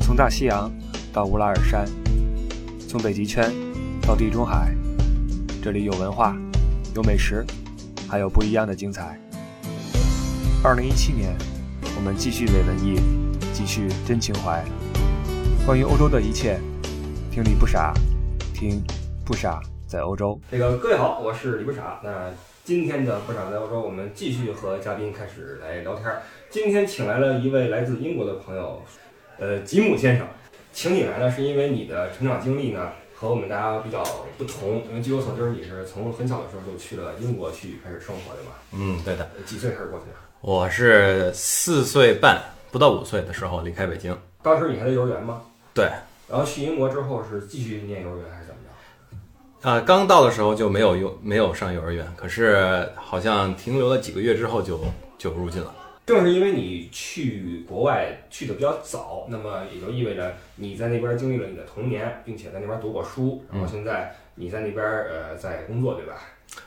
从大西洋到乌拉尔山，从北极圈到地中海，这里有文化，有美食，还有不一样的精彩。二零一七年，我们继续伪文艺，继续真情怀。关于欧洲的一切，听李不傻，听不傻在欧洲。这个各位好，我是李不傻。那今天的不傻在欧洲，我们继续和嘉宾开始来聊天儿。今天请来了一位来自英国的朋友，呃，吉姆先生。请你来呢，是因为你的成长经历呢和我们大家比较不同。因为据我所知，你是从很小的时候就去了英国去开始生活的嘛？嗯，对的，呃几岁开始过去的？我是四岁半不到五岁的时候离开北京。当时你还在幼儿园吗？对，然后去英国之后是继续念幼儿园还是怎么着？呃，刚到的时候就没有幼没有上幼儿园，可是好像停留了几个月之后就就入境了。正是因为你去国外去的比较早，那么也就意味着你在那边经历了你的童年，并且在那边读过书，然后现在你在那边呃在工作，对吧？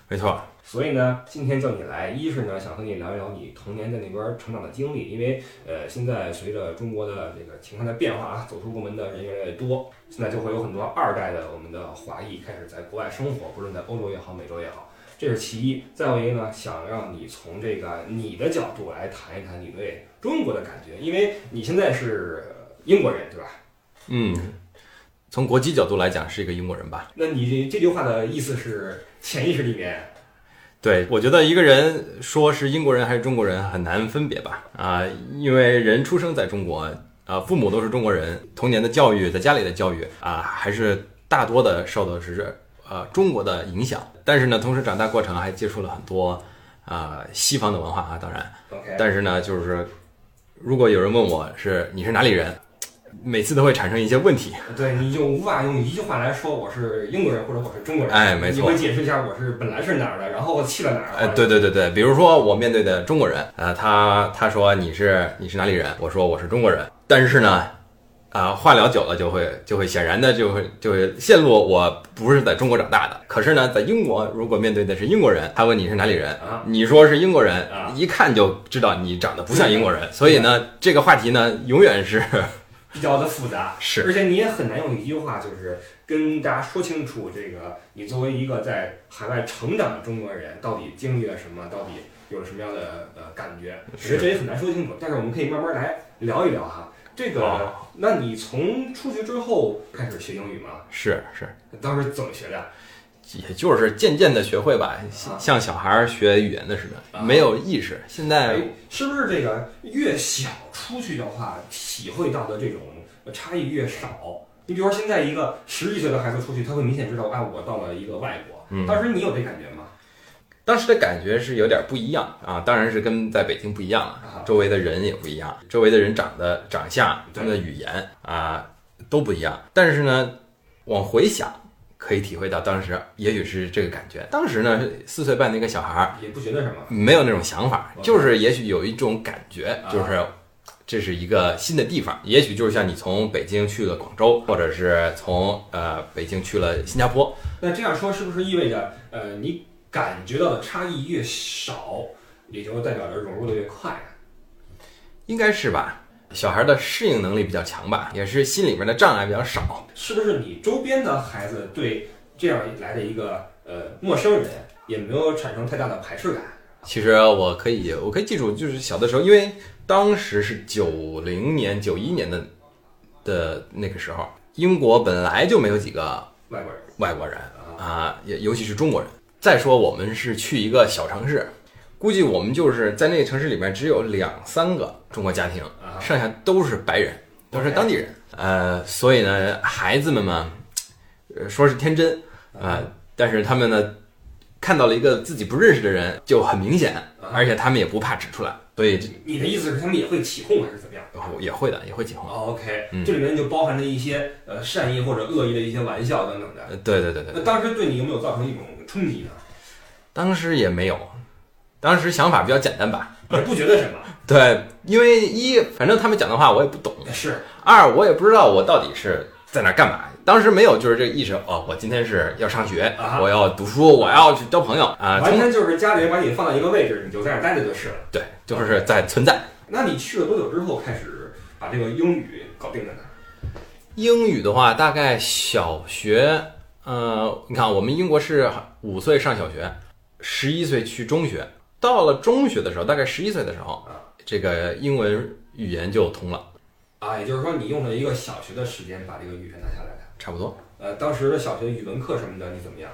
没错，所以呢，今天叫你来，一是呢想和你聊一聊你童年在那边成长的经历，因为呃现在随着中国的这个情况的变化啊，走出国门的人越来越多，现在就会有很多二代的我们的华裔开始在国外生活，不论在欧洲也好，美洲也好，这是其一。再有一个呢，想让你从这个你的角度来谈一谈你对中国的感觉，因为你现在是英国人对吧？嗯，从国籍角度来讲是一个英国人吧。那你这句话的意思是潜意识里面对，我觉得一个人说是英国人还是中国人很难分别吧，啊、因为人出生在中国，啊、父母都是中国人，童年的教育，在家里的教育啊、还是大多的受的是呃中国的影响，但是呢，同时长大过程还接触了很多啊、西方的文化啊，当然， OK，但是呢，就是如果有人问我是你是哪里人，每次都会产生一些问题，对，你就无法用一句话来说我是英国人或者我是中国人。哎没错你会解释一下我是本来是哪儿的，然后我去了哪儿。呃，对对对对，比如说我面对的中国人，呃，他他说你是你是哪里人？我说我是中国人，但是呢，啊、话聊久了就会就会显然的就会就会陷入我不是在中国长大的，可是呢，在英国如果面对的是英国人，他问你是哪里人，啊，你说是英国人啊，嗯一看就知道你长得不像英国人，所以呢，这个话题呢永远是比较的复杂，是而且你也很难用一句话就是跟大家说清楚这个你作为一个在海外成长的中国人到底经历了什么，到底有了什么样的呃感觉。我觉得这也很难说清楚，但是我们可以慢慢来聊一聊哈。这个，啊好那你从出去之后开始学英语吗？是是，当时怎么学的？也就是渐渐的学会吧，啊像小孩儿学语言的似的，啊没有意识。现在哎，是不是这个越小出去的话，体会到的这种差异越少？你比如说，现在一个十一岁的孩子出去，他会明显知道，哎，我到了一个外国。嗯当时你有这感觉吗？当时的感觉是有点不一样啊，当然是跟在北京不一样啊了，周围的人也不一样，周围的人长得长相、对他们的语言啊都不一样。但是呢，往回想，可以体会到当时也许是这个感觉。当时呢，四岁半的一个小孩儿也不觉得什么。没有那种想法， OK 就是也许有一种感觉啊，就是。这是一个新的地方，也许就是像你从北京去了广州，或者是从呃北京去了新加坡，那这样说是不是意味着，呃，你感觉到的差异越少，也就代表着融入的越快啊？应该是吧。小孩的适应能力比较强吧，也是心里面的障碍比较少。是不是你周边的孩子对这样来的一个呃陌生人也没有产生太大的排斥感？其实我可以，我可以记住，就是小的时候，因为当时是九零年、九一年的的那个时候，英国本来就没有几个外国人外国人啊，啊，也尤其是中国人。再说我们是去一个小城市，估计我们就是在那个城市里面只有两三个中国家庭，啊，剩下都是白人，都是当地人。呃，所以呢，孩子们嘛，呃说是天真啊、呃，但是他们呢，看到了一个自己不认识的人，就很明显，啊而且他们也不怕指出来，所以这你的意思是他们也会起哄还是怎么样？也会的，也会起哄。哦 OK，嗯这里面就包含着一些呃善意或者恶意的一些玩笑等等的。呃对对对对那对，当时对你有没有造成一种冲击 呢？当时也没有，当时想法比较简单吧。也不觉得什么，对，因为一反正他们讲的话我也不懂，是二我也不知道我到底是在哪儿干嘛。当时没有就是这个意识哦，我今天是要上学啊哈，我要读书，我要去交朋友啊。完从全就是家里人把你放到一个位置，你就在那儿待着就是了。对，就是在存在。那你去了多久之后开始把这个英语搞定的呢？英语的话，大概小学，呃，你看我们英国是五岁上小学，十一岁去中学，到了中学的时候，大概十一岁的时候，这个英文语言就通了，啊，也就是说你用了一个小学的时间把这个语言拿下来的。差不多，呃，当时的小学语文课什么的你怎么样？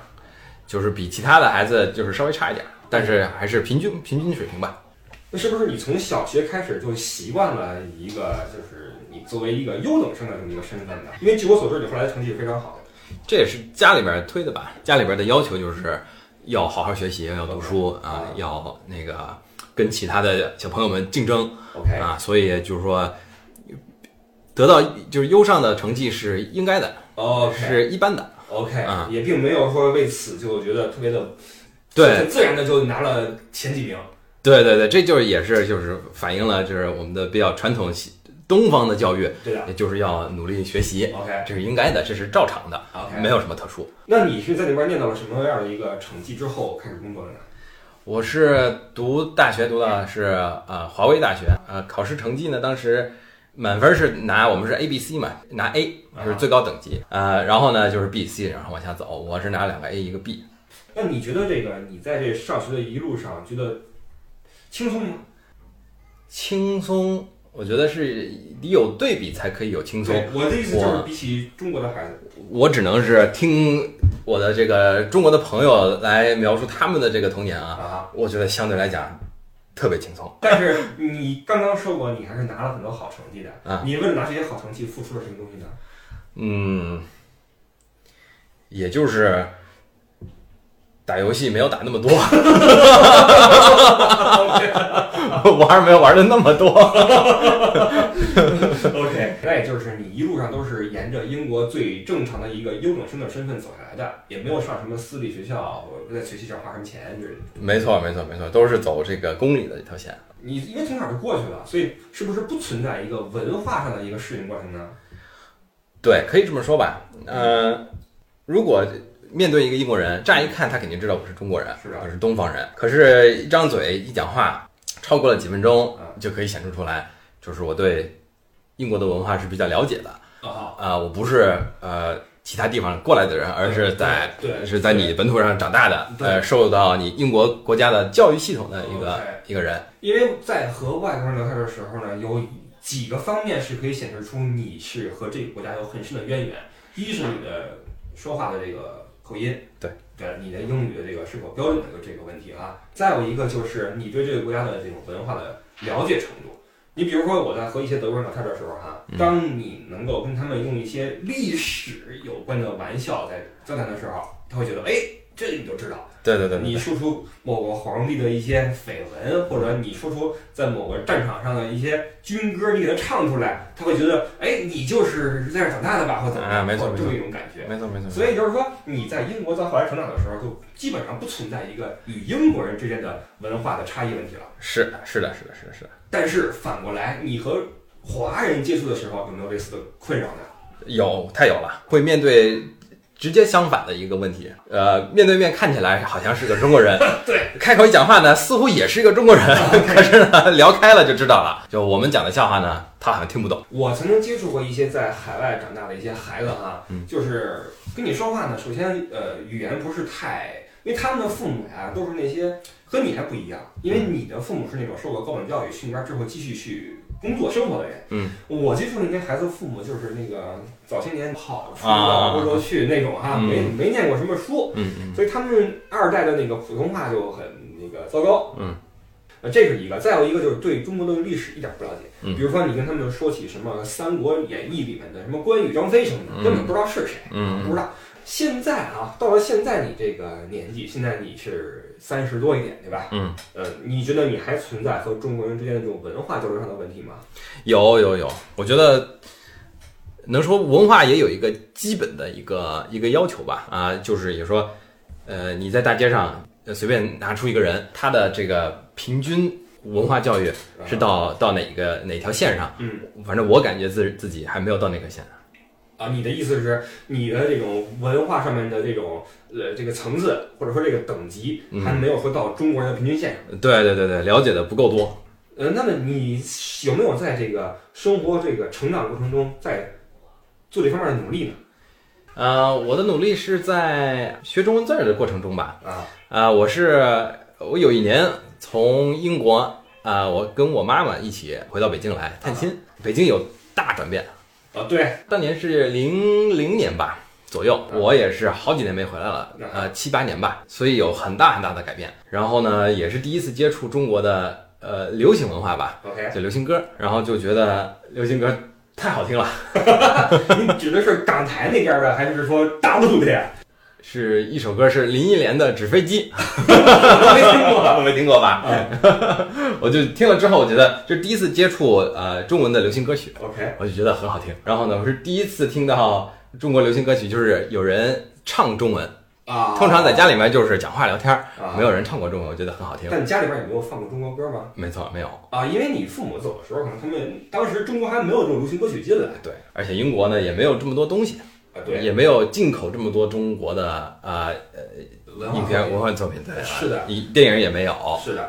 就是比其他的孩子就是稍微差一点，但是还是平均平均水平吧。那是不是你从小学开始就习惯了一个就是你作为一个优等生的这么一个身份呢？因为据我所知，你后来成绩非常好。这也是家里边推的吧？家里边的要求就是要好好学习，要读书啊，要那个跟其他的小朋友们竞争 OK，啊，所以就是说得到就是优上的成绩是应该的，哦，是一般的。 OK，、啊也并没有说为此就觉得特别的，对很自然的就拿了前几名。对对对，这就是也是就是反映了就是我们的比较传统西东方的教育，对的也就是要努力学习， ，OK 这是应该的，这是照常的， OK，没有什么特殊。那你是在那边念到了什么样的一个成绩之后开始工作的呢？我是读大学读的是呃华威大学，呃考试成绩呢，当时满分是拿我们是 A B C 嘛，拿 A 是最高等级，呃然后呢就是 B C，然后往下走，我是拿两个 A 一个 B，那你觉得这个你在这上学的一路上觉得轻松吗？轻松，我觉得是得有对比才可以有轻松，对，我的意思就是我比起中国的孩子，我只能是听我的这个中国的朋友来描述他们的这个童年啊，啊，我觉得相对来讲特别轻松。 但是你刚刚说过你还是拿了很多好成绩的，啊你为了拿这些好成绩付出了什么东西呢？嗯，也就是打游戏没有打那么多， 玩儿没有玩的那么多。 OK，那 也就是你一路上都是沿着英国最正常的一个优等生的身份走下来的，也没有上什么私立学校，或者在学习上花什么钱之类的。没错，没错，没错，都是走这个公里的这条线。你因为从小就过去了，所以是不是不存在一个文化上的一个适应过程呢？对，可以这么说吧。呃，如果面对一个英国人，乍一看他肯定知道我是中国人，是啊的我是东方人。可是，一张嘴一讲话，超过了几分钟嗯，就可以显示出来，就是我对英国的文化是比较了解的。啊、啊、我不是呃其他地方过来的人，而是在对是在你本土上长大的，对哦呃，受到你英国国家的教育系统的一个 OK 一个人。因为在和外国人聊天的时候呢，有几个方面是可以显示出你是和这个国家有很深的渊源。一是你的说话的这个口音，对对，你的英语的这个是否标准的这个问题啊。再有一个就是你对这个国家的这种文化的了解程度。你比如说，我在和一些德国人聊天的时候哈、当你能够跟他们用一些历史有关的玩笑在交谈的时候，他会觉得，哎，这你就知道。对对对对你说出某个皇帝的一些绯闻，或者你说出在某个战场上的一些军歌，你给他唱出来，他会觉得，哎，你就是在这儿长大的吧，或怎么啊样，没错或者这么一种感觉对，。没错没错。所以就是说，你在英国在后来成长的时候，就基本上不存在一个嗯与英国人之间的文化的差异问题了。是的是的是的是的是的，但是反过来，你和华人接触的时候，有没有类似的困扰呢？有太有了，会面对。直接相反的一个问题，呃，面对面看起来好像是个中国 人，对，开口一讲话呢，似乎也是一个中国 人，可是呢，聊开了就知道了，就我们讲的笑话呢，他好像听不懂。我曾经接触过一些在海外长大的一些孩子哈，嗯就是跟你说话呢，首先呃语言不是太，因为他们的父母呀都是那些和你还不一样，因嗯为你的父母是那种受过高等教育去那边之后继续去工作生活的人，嗯，我接触那些孩子父母就是那个早些年跑出啊欧洲去那种哈，嗯没没念过什么书，嗯嗯，所以他们二代的那个普通话就很那个糟糕。嗯，呃，这是一个，再有一个就是对中国的历史一点不了解。嗯比如说你跟他们说起什么《三国演义》里面的什么关羽、张飞什么的，嗯根本不知道是谁，嗯不知道。现在啊，到了现在你这个年纪，现在你是三十多一点，对吧？嗯，呃，你觉得你还存在和中国人之间的这种文化交流上的问题吗？有有有，我觉得能说文化也有一个基本的一个一个要求吧，啊，就是也说，呃，你在大街上呃随便拿出一个人，他的这个平均文化教育呃是到到哪个哪条线上？嗯，反正我感觉自自己还没有到那个线。啊，你的意思是你的这种文化上面的这种呃这个层次或者说这个等级嗯还没有说到中国人的平均线上。对对对对，了解的不够多。呃，那么你有没有在这个生活这个成长过程中，在做这方面的努力呢？呃，我的努力是在学中文字儿的过程中吧。啊，啊，我是我有一年从英国啊、我跟我妈妈一起回到北京来探亲，北京有大转变。啊，对，当年是零零年吧左右，嗯我也是好几年没回来了，呃，七八年吧，所以有很大很大的改变。然后呢，也是第一次接触中国的呃流行文化吧， ，OK，就流行歌，然后就觉得流行歌太好听了，你指的是港台那边儿的，还是说大陆的呀？ 是一首歌是林忆莲的《纸飞机 我没听》，过。没听过吧？啊 我就听了之后，我觉得这是第一次接触呃中文的流行歌曲， ，OK，我就觉得很好听。然后呢，我是第一次听到中国流行歌曲，就是有人唱中文。啊， 通常在家里面就是讲话聊天儿，啊没有人唱过中文，我觉得很好听。但你家里边有没有放过中国歌吗？没错，没有。啊，因为你父母走的时候，可能他们当时中国还没有这种流行歌曲进来对，而且英国呢也没有这么多东西，啊，对，也没有进口这么多中国的呃文化影片文化作品，对，啊是的一电影也没有，啊、是的，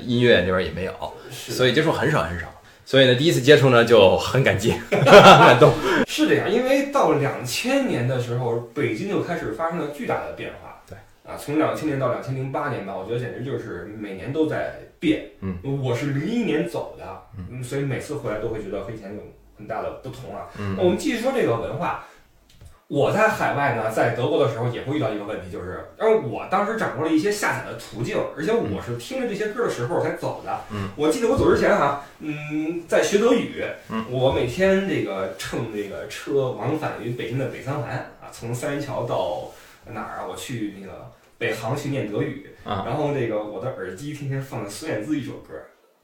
音乐那边也没有，是的所以接触很少很少。所以呢，第一次接触呢就很感激， 很感动。 是这样，因为到两千年的时候，北京就开始发生了巨大的变化。对啊，从两千年到两千零八年吧，我觉得简直就是每年都在变。嗯，我是零一年走的，嗯，所以每次回来都会觉得和以前有很大的不同啊。嗯那我们继续说这个文化。我在海外呢，在德国的时候也会遇到一个问题，就是，但是我当时掌握了一些下载的途径，而且我是听着这些歌的时候才走的。嗯，我记得我走之前哈、嗯，在学德语，嗯我每天这个乘这个车往返于北京的北三环啊，从三元桥到哪儿啊？我去那个北航去念德语，啊然后那个我的耳机天天放着孙燕姿一首歌，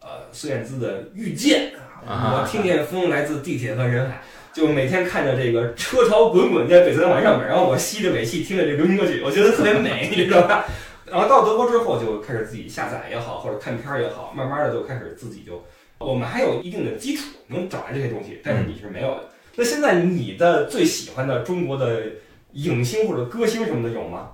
呃，孙燕姿的《遇见》啊我听见风来自地铁和人海。就每天看着这个车潮滚滚在北三环上面，然后我吸着尾气听着这流行歌曲，我觉得特别美，你知道吧？然后到德国之后就开始自己下载也好，或者看片儿也好，慢慢的就开始自己就我们还有一定的基础能找来这些东西，但是你是没有的。那现在你的最喜欢的中国的影星或者歌星什么的有吗？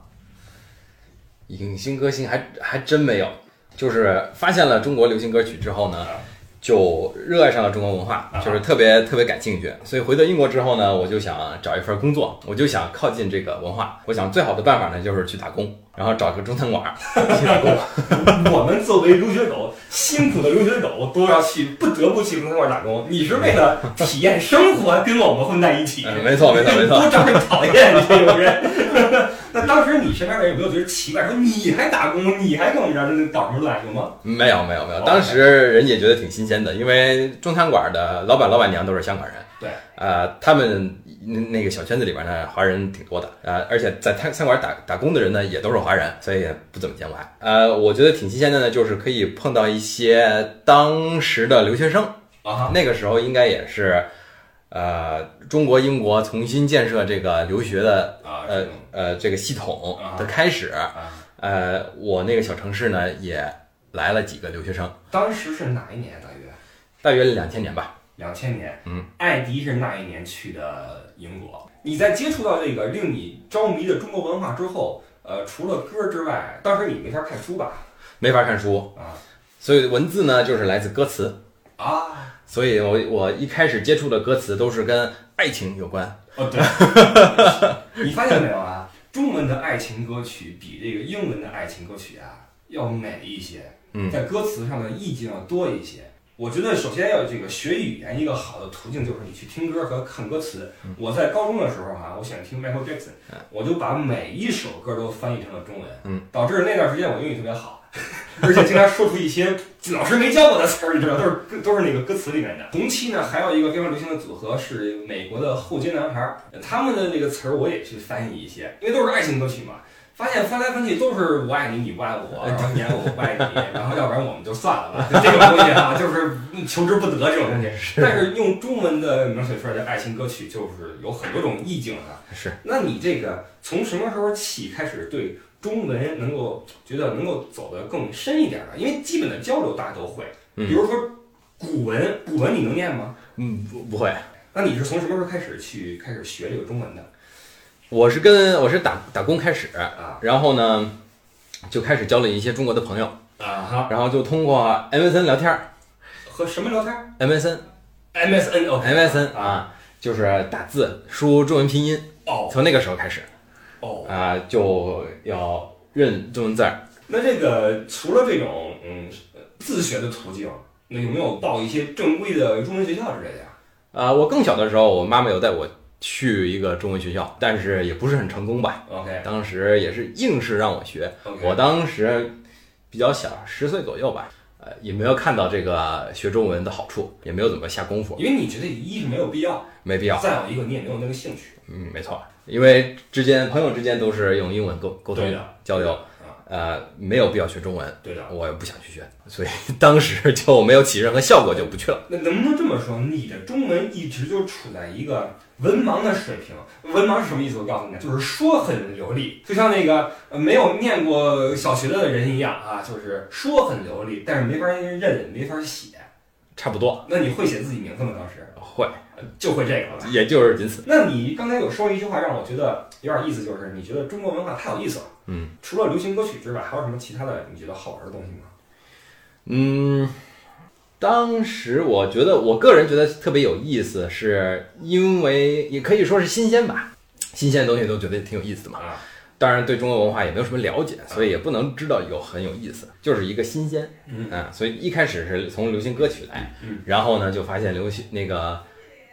影星歌星还还真没有，就是发现了中国流行歌曲之后呢啊，就热爱上了中国文化啊，就是特别特别感兴趣。所以回到英国之后呢，我就想找一份工作，我就想靠近这个文化。我想最好的办法呢，就是去打工，然后找个中餐馆儿去打工。我们作为留学狗， 辛苦的留学狗都要去，不得不去中餐馆打工。你是为了体验生活，跟我们混在一起。嗯没错没错没错，多招人讨厌，你这种人。 那当时你身边的人有没有觉得奇怪，说你还打工，你还跟我们这儿捣什么乱，有吗？没有没有没有。哦当时人也觉得挺新鲜的，因为中餐馆儿的老板老板娘都是香港人。对，呃，他们那那个小圈子里边呢，华人挺多的，呃，而且在餐餐馆打打工的人呢，也都是华人，所以也不怎么见外。呃，我觉得挺新鲜的呢，就是可以碰到一些当时的留学生，啊，那个时候应该也是，呃，中国英国重新建设这个留学的啊呃呃这个系统的开始，啊呃，我那个小城市呢也来了几个留学生，当时是哪一年？大约大约两千年吧，两千年。嗯，艾迪是那一年去的英国。你在接触到这个令你着迷的中国文化之后，呃，除了歌之外，当时你没法看书吧？没法看书，啊所以文字呢就是来自歌词。啊，所以我我一开始接触的歌词都是跟爱情有关。哦对， 你发现没有啊？中文的爱情歌曲比这个英文的爱情歌曲啊要美一些。嗯在歌词上的意境要多一些。我觉得首先要这个学语言一个好的途径就是你去听歌和看歌词。我在高中的时候啊，我喜欢听 Michael Jackson，我就把每一首歌都翻译成了中文，嗯导致那段时间我英语特别好， 而且经常说出一些老师没教我的词儿，你知道，都是歌都是那个歌词里面的。同期呢，还有一个非常流行的组合是美国的后街男孩儿，他们的那个词儿我也去翻译一些，因为都是爱情歌曲嘛。发现翻来翻去都是我爱你，你不爱我，然后你爱我，我不爱你，然后要不然我们就算了吧。这种东西啊，就是求之不得这种东西。 但是用中文的描写出来的爱情歌曲，就是有很多种意境啊。是那你这个从什么时候起开始对中文能够觉得能够走得更深一点呢？因为基本的交流大家都会，嗯比如说古文，古文你能念吗？嗯，不不会，那你是从什么时候开始去开始学这个中文的我是跟我是打打工开始，啊？然后呢，就开始交了一些中国的朋友，啊哈，然后就通过 MSN 聊天儿和什么聊天，MSN ？MSN 哦 MSN 啊啊，就是打字输中文拼音，哦从那个时候开始哦，啊、就要认中文字儿。那这个除了这种嗯自学的途径，那有没有报一些正规的中文学校之类的呀？啊、我更小的时候，我妈妈有带我去一个中文学校，但是也不是很成功吧。 OK 当时也是硬是让我学， OK，我当时比较小，十岁左右吧，呃，也没有看到这个学中文的好处，也没有怎么下功夫，因为你觉得一是没有必要，没必要。再有一个你也没有那个兴趣。嗯，没错，因为之间朋友之间都是用英文沟沟通对的交流啊，呃，没有必要学中文，对的，我也不想去学，所以当时就没有起任何效果，就不去了。那能不能这么说，你的中文一直就处在一个文盲的水平？文盲是什么意思？我告诉你，就是说很流利，就像那个呃没有念过小学的人一样啊，就是说很流利，但是没法认，没法写。差不多那你会写自己名字吗？当时会，就会这个了吧。也就是仅此。那你刚才有说一句话让我觉得有点意思，就是你觉得中国文化太有意思了。嗯，除了流行歌曲之外，还有什么其他的你觉得好玩的东西吗？嗯，当时我觉得，我个人觉得特别有意思，是因为也可以说是新鲜吧，新鲜的东西都觉得挺有意思的嘛。啊，当然，对中国文化也没有什么了解，所以也不能知道有很有意思，就是一个新鲜。嗯啊，所以一开始是从流行歌曲来，嗯然后呢就发现流行那个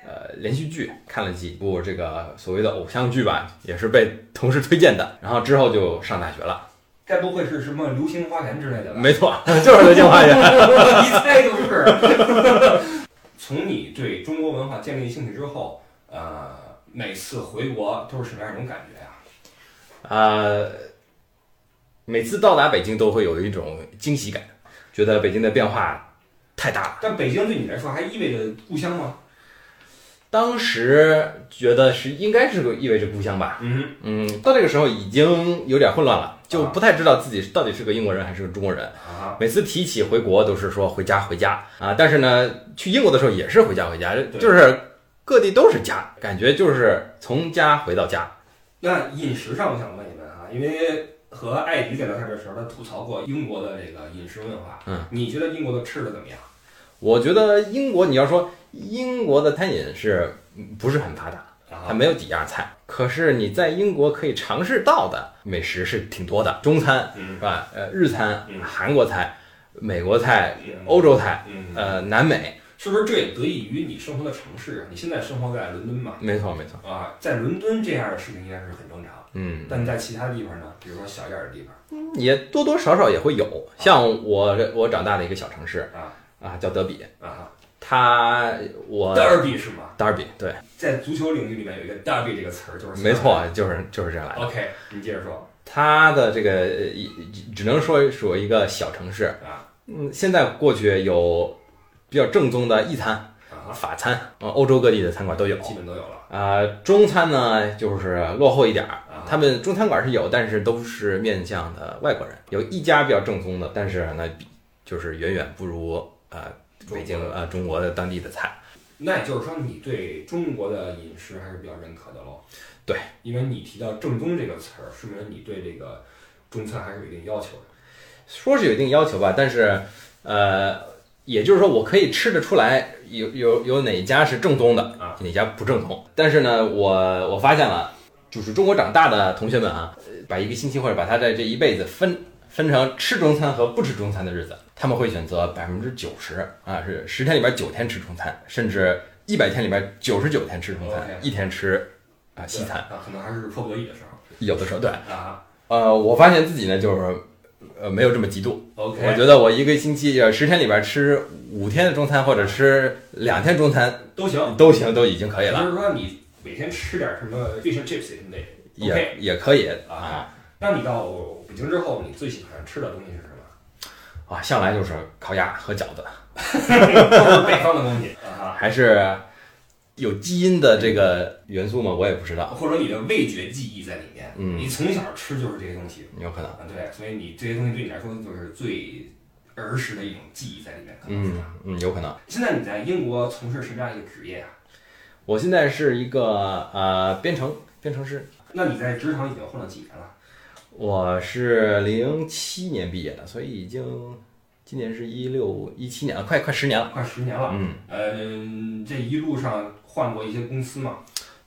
呃连续剧，看了几部这个所谓的偶像剧吧，也是被同事推荐的，然后之后就上大学了，该不会是什么《流星花园》之类的吧？没错， 就是流星花园。一猜就是 从你对中国文化建立兴趣之后，呃，每次回国都是什么样一种感觉啊呀、呃，每次到达北京都会有一种惊喜感，觉得北京的变化太大了。但北京对你来说还意味着故乡吗？当时觉得是应该是个意味着故乡吧，嗯，嗯，到这个时候已经有点混乱了，就不太知道自己到底是个英国人还是个中国人。啊，每次提起回国都是说回家回家啊，但是呢，去英国的时候也是回家回家，就是各地都是家，感觉就是从家回到家。那饮食上我想问一问啊，因为和艾迪在聊天的时候，他吐槽过英国的这个饮食文化。嗯，你觉得英国的吃的怎么样？我觉得英国，你要说英国的餐饮是嗯不是很发达？它啊，没有几样菜，可是你在英国可以尝试到的美食是挺多的，中餐嗯是，吧？呃，日餐嗯、韩国菜、美国菜、嗯欧，洲菜，嗯，呃，南美，是不是这也得益于你生活的城市啊？你现在生活在伦敦嘛？没错没错，啊，在伦敦这样的事情应该是很正常。嗯，但在其他地方呢，比如说小一点的地方也多多少少也会有。像我这我长大的一个小城市啊啊，叫德比，啊，它我德尔比是吗？德尔比对，在足球领域里面有一个德尔比这个词儿，就是没。错，就是就是这样来的。 OK，你接着说它的这个呃一只只能说属于一个小城市，啊嗯，现在过去有比较正宗的意餐。啊，法餐，呃，欧洲各地的餐馆都有。基本都有了啊、中餐呢就是落后一点儿，啊。他们中餐馆是有，但是都是面向的外国人。有一家比较正宗的，但是呢，比就是远远不如呃北京中国呃中国的当地的菜。那也就是说，你对中国的饮食还是比较认可的喽？对，因为你提到“正宗”这个词儿，说明你对这个中餐还是有一定要求的。说是有一定要求吧，但是呃，也就是说我可以吃得出来有有有哪家是正宗的啊，哪家不正宗。但是呢，我我发现了，就是中国长大的同学们啊，呃把一个星期或者把他的这一辈子分分成吃中餐和不吃中餐的日子，他们会选择百分之九十啊，是十天里边九天吃中餐，甚至一百天里边九十九天吃中餐 OK 一天吃啊西餐。啊，可能还是迫不得已的时候有的时候对，啊。呃，我发现自己呢就是呃没有这么极端。 OK，我觉得我一个星期呃十天里边吃五天的中餐，或者吃两天中餐都行，都行，都已经可以也了，就是说，你每天吃点什么 fish and chips 什么的也嗯 OK 也可以啊啊。那你到北京之后，你最喜欢吃的东西是什么？ 啊！向来就是烤鸭和饺子，都是北方的 东西啊还是有基因的这个元素吗？我也不知哈，道，啊或者你的味觉记忆在里面，嗯你从小吃就是这些东西有可能。啊，对，所以你这些东西对你来说就是最儿时的一种记忆在里面，可能是嗯吧。嗯，有可能。现在你在英国从事什么样一个职业啊？我现在是一个呃编程编程师，那你在职场已经混了几年了？我是零七年毕业的，所以已经今年是一六一七年了，快快十年了。快十年了。嗯，嗯，这一路上换过一些公司嘛？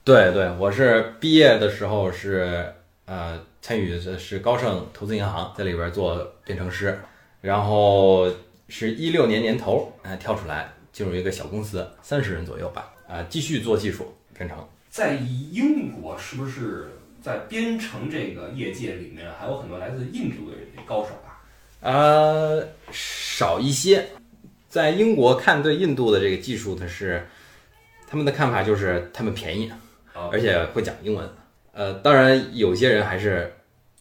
对对，我是毕业的时候是呃参与的是高盛投资银行，在里边做编程师，然后是一六年年头呃跳出来进入一个小公司，三十人左右吧，啊、继续做技术编程。在英国是不是在编程这个业界里面还有很多来自印度的高手啊？呃，少一些。在英国看对印度的这个技术，它是他们的看法就是他们便宜，啊而且会讲英文。呃，当然有些人还是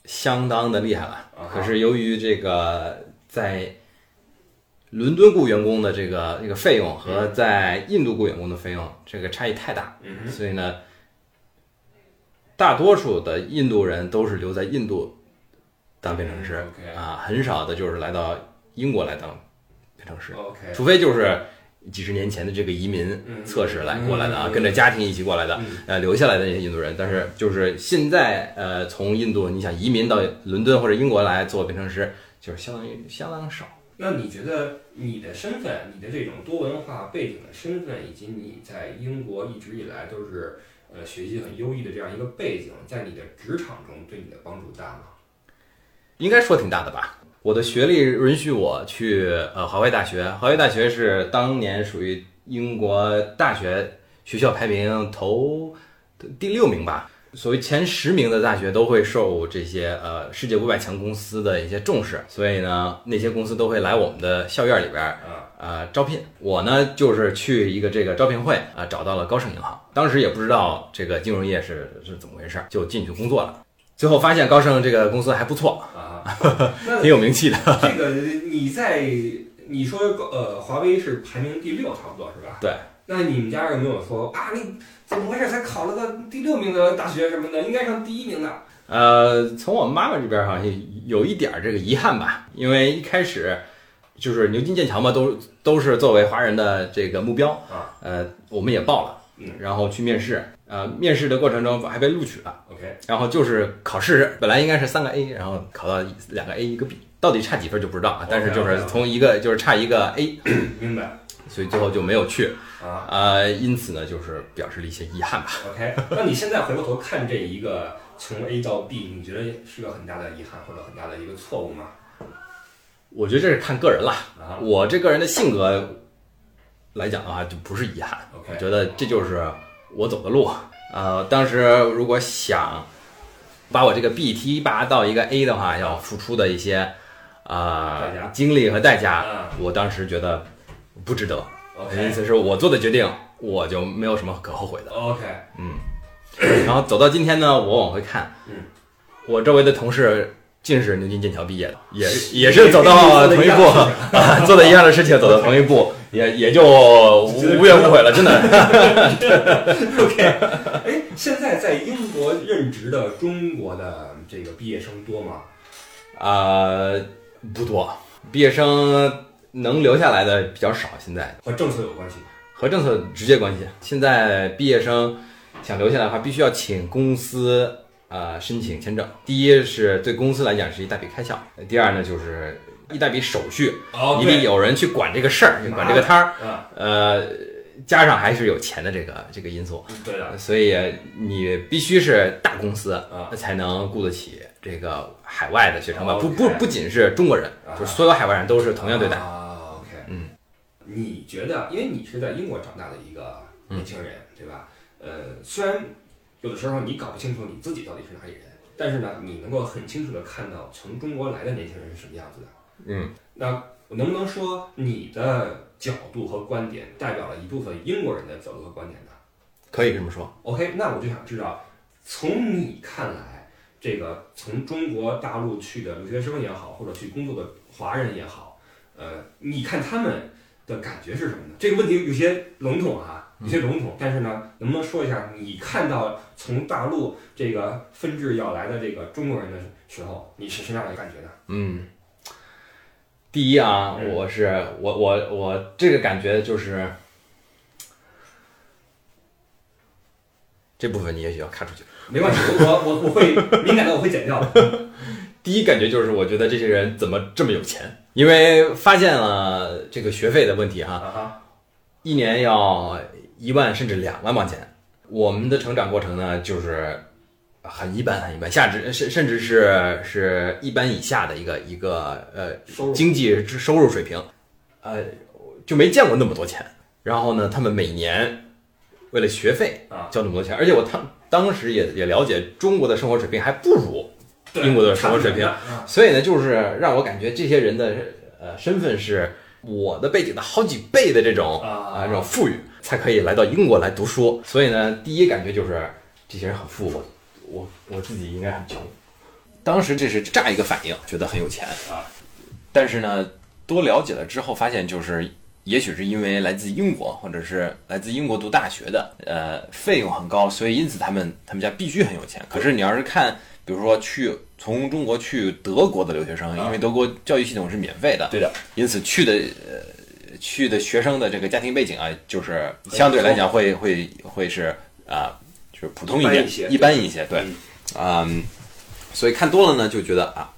相当的厉害了啊哈，可是由于这个在伦敦雇员工的这个这个费用和在印度雇员工的费用这个差异太大，嗯哼，所以呢，大多数的印度人都是留在印度当编程师。嗯，OK 啊，很少的就是来到英国来当编程师，哦 OK，除非就是几十年前的这个移民嗯测试来过来的啊，嗯跟着家庭一起过来的嗯，呃，留下来的那些印度人。但是就是现在呃，从印度你想移民到伦敦或者英国来做编程师，就是相当于相当少。那你觉得你的身份，你的这种多文化背景的身份，以及你在英国一直以来都是呃学习很优异的这样一个背景，在你的职场中对你的帮助大吗？应该说挺大的吧。我的学历允许我去呃华威大学，华威大学是当年属于英国大学学校排名头第六名吧。所谓前十名的大学都会受这些呃世界五百强公司的一些重视，所以呢，那些公司都会来我们的校院里边儿啊，呃招聘。我呢就是去一个这个招聘会啊、呃找到了高盛银行，当时也不知道这个金融业是是怎么回事儿，就进去工作了。最后发现高盛这个公司还不错， 啊，挺有名气的。那这个你在你说呃华为是排名第六，差不多是吧？对。那你们家有没有说啊？你怎么回事？才考了个第六名的大学什么的，应该上第一名的。呃，从我妈妈这边好像有一点儿这个遗憾吧，因为一开始就是牛津、剑桥嘛，都都是作为华人的这个目标啊。呃，我们也报了，嗯然后去面试，呃，面试的过程中还被录取了， OK，然后就是考试，本来应该是三个 A，然后考到两个 A 一个 B，到底差几分就不知道哦啊，但是就是从一个就是差一个 A，明白所以最后就没有去，啊。呃，因此呢，就是表示了一些遗憾吧。 OK，那你现在回过头看这一个从 A 到 B，你觉得是个很大的遗憾或者很大的一个错误吗？我觉得这是看个人了。啊我这个人的性格来讲的话，就不是遗憾。 OK 我觉得这就是我走的路。呃，当时如果想把我这个 B 提拔到一个 A 的话，要付出的一些呃代价精力和代价，啊我当时觉得不值得。意，OK 思是我做的决定，我就没有什么可后悔的。 OK，然后走到今天呢，我往回看，嗯，我周围的同事尽是牛津、剑桥毕业的，也也是走到同一步， 做的一样的事情，走到同一步，也也就无觉得无怨无悔了，真的。 哎，现在在英国任职的中国的这个毕业生多吗？呃，不多，毕业生能留下来的比较少，现在和政策有关系吗？和政策直接关系。现在毕业生想留下来的话，必须要请公司呃申请签证。第一是对公司来讲是一大笔开销，第二呢就是一大笔手续。哦你得有人去管这个事儿，去管这个摊儿，啊，呃，加上还是有钱的这个这个因素，对的，所以你必须是大公司啊才能雇得起这个海外的学生吧？哦不 OK 不不仅是中国人啊，就是所有海外人都是同样对待。啊，OK，嗯，你觉得，因为你是在英国长大的一个嗯年轻人，对吧？呃，虽然有的时候你搞不清楚你自己到底是哪里人，但是呢，你能够很清楚的看到从中国来的年轻人是什么样子的。嗯，那我能不能说你的角度和观点代表了一部分英国人的角度和观点呢可以这么说， ？OK，那我就想知道，从你看来，这个从中国大陆去的留学生也好，或者去工作的华人也好，呃，你看他们的感觉是什么呢？这个问题有些笼统啊，有些笼统，但是呢，能不能说一下你看到从大陆这个纷至要来的这个中国人的时候，你是什么样的感觉呢？嗯。第一啊，嗯我是我我我这个感觉就是，这部分你也许要看出去。没关系，我我我我会敏感的，我会剪掉的。第一感觉就是，我觉得这些人怎么这么有钱？因为发现了这个学费的问题哈、啊哈，一年要一一万甚至两万块钱。我们的成长过程呢，就是很一般，很一般，下至甚甚至是是一般以下的一个一个呃收入经济收入水平，呃，就没见过那么多钱。然后呢，他们每年为了学费啊交那么多钱，而且我当当时也也了解中国的生活水平还不如对英国的生活水平差不多啊所以呢，就是让我感觉这些人的呃身份是我的背景的好几倍的这种啊这种富裕，才可以来到英国来读书。所以呢，第一感觉就是这些人很富，我我我自己应该很穷。当时这是乍一个反应，觉得很有钱啊，但是呢，多了解了之后发现就是。也许是因为来自英国，或者是来自英国读大学的，呃，费用很高，所以因此他们他们家必须很有钱。可是你要是看比如说去从中国去德国的留学生，啊因为德国教育系统是免费的，对的，因此去的呃去的学生的这个家庭背景啊，就是相对来讲会会会是啊、就是普通一般点一些，一般一些，对，啊、嗯所以看多了呢，就觉得啊，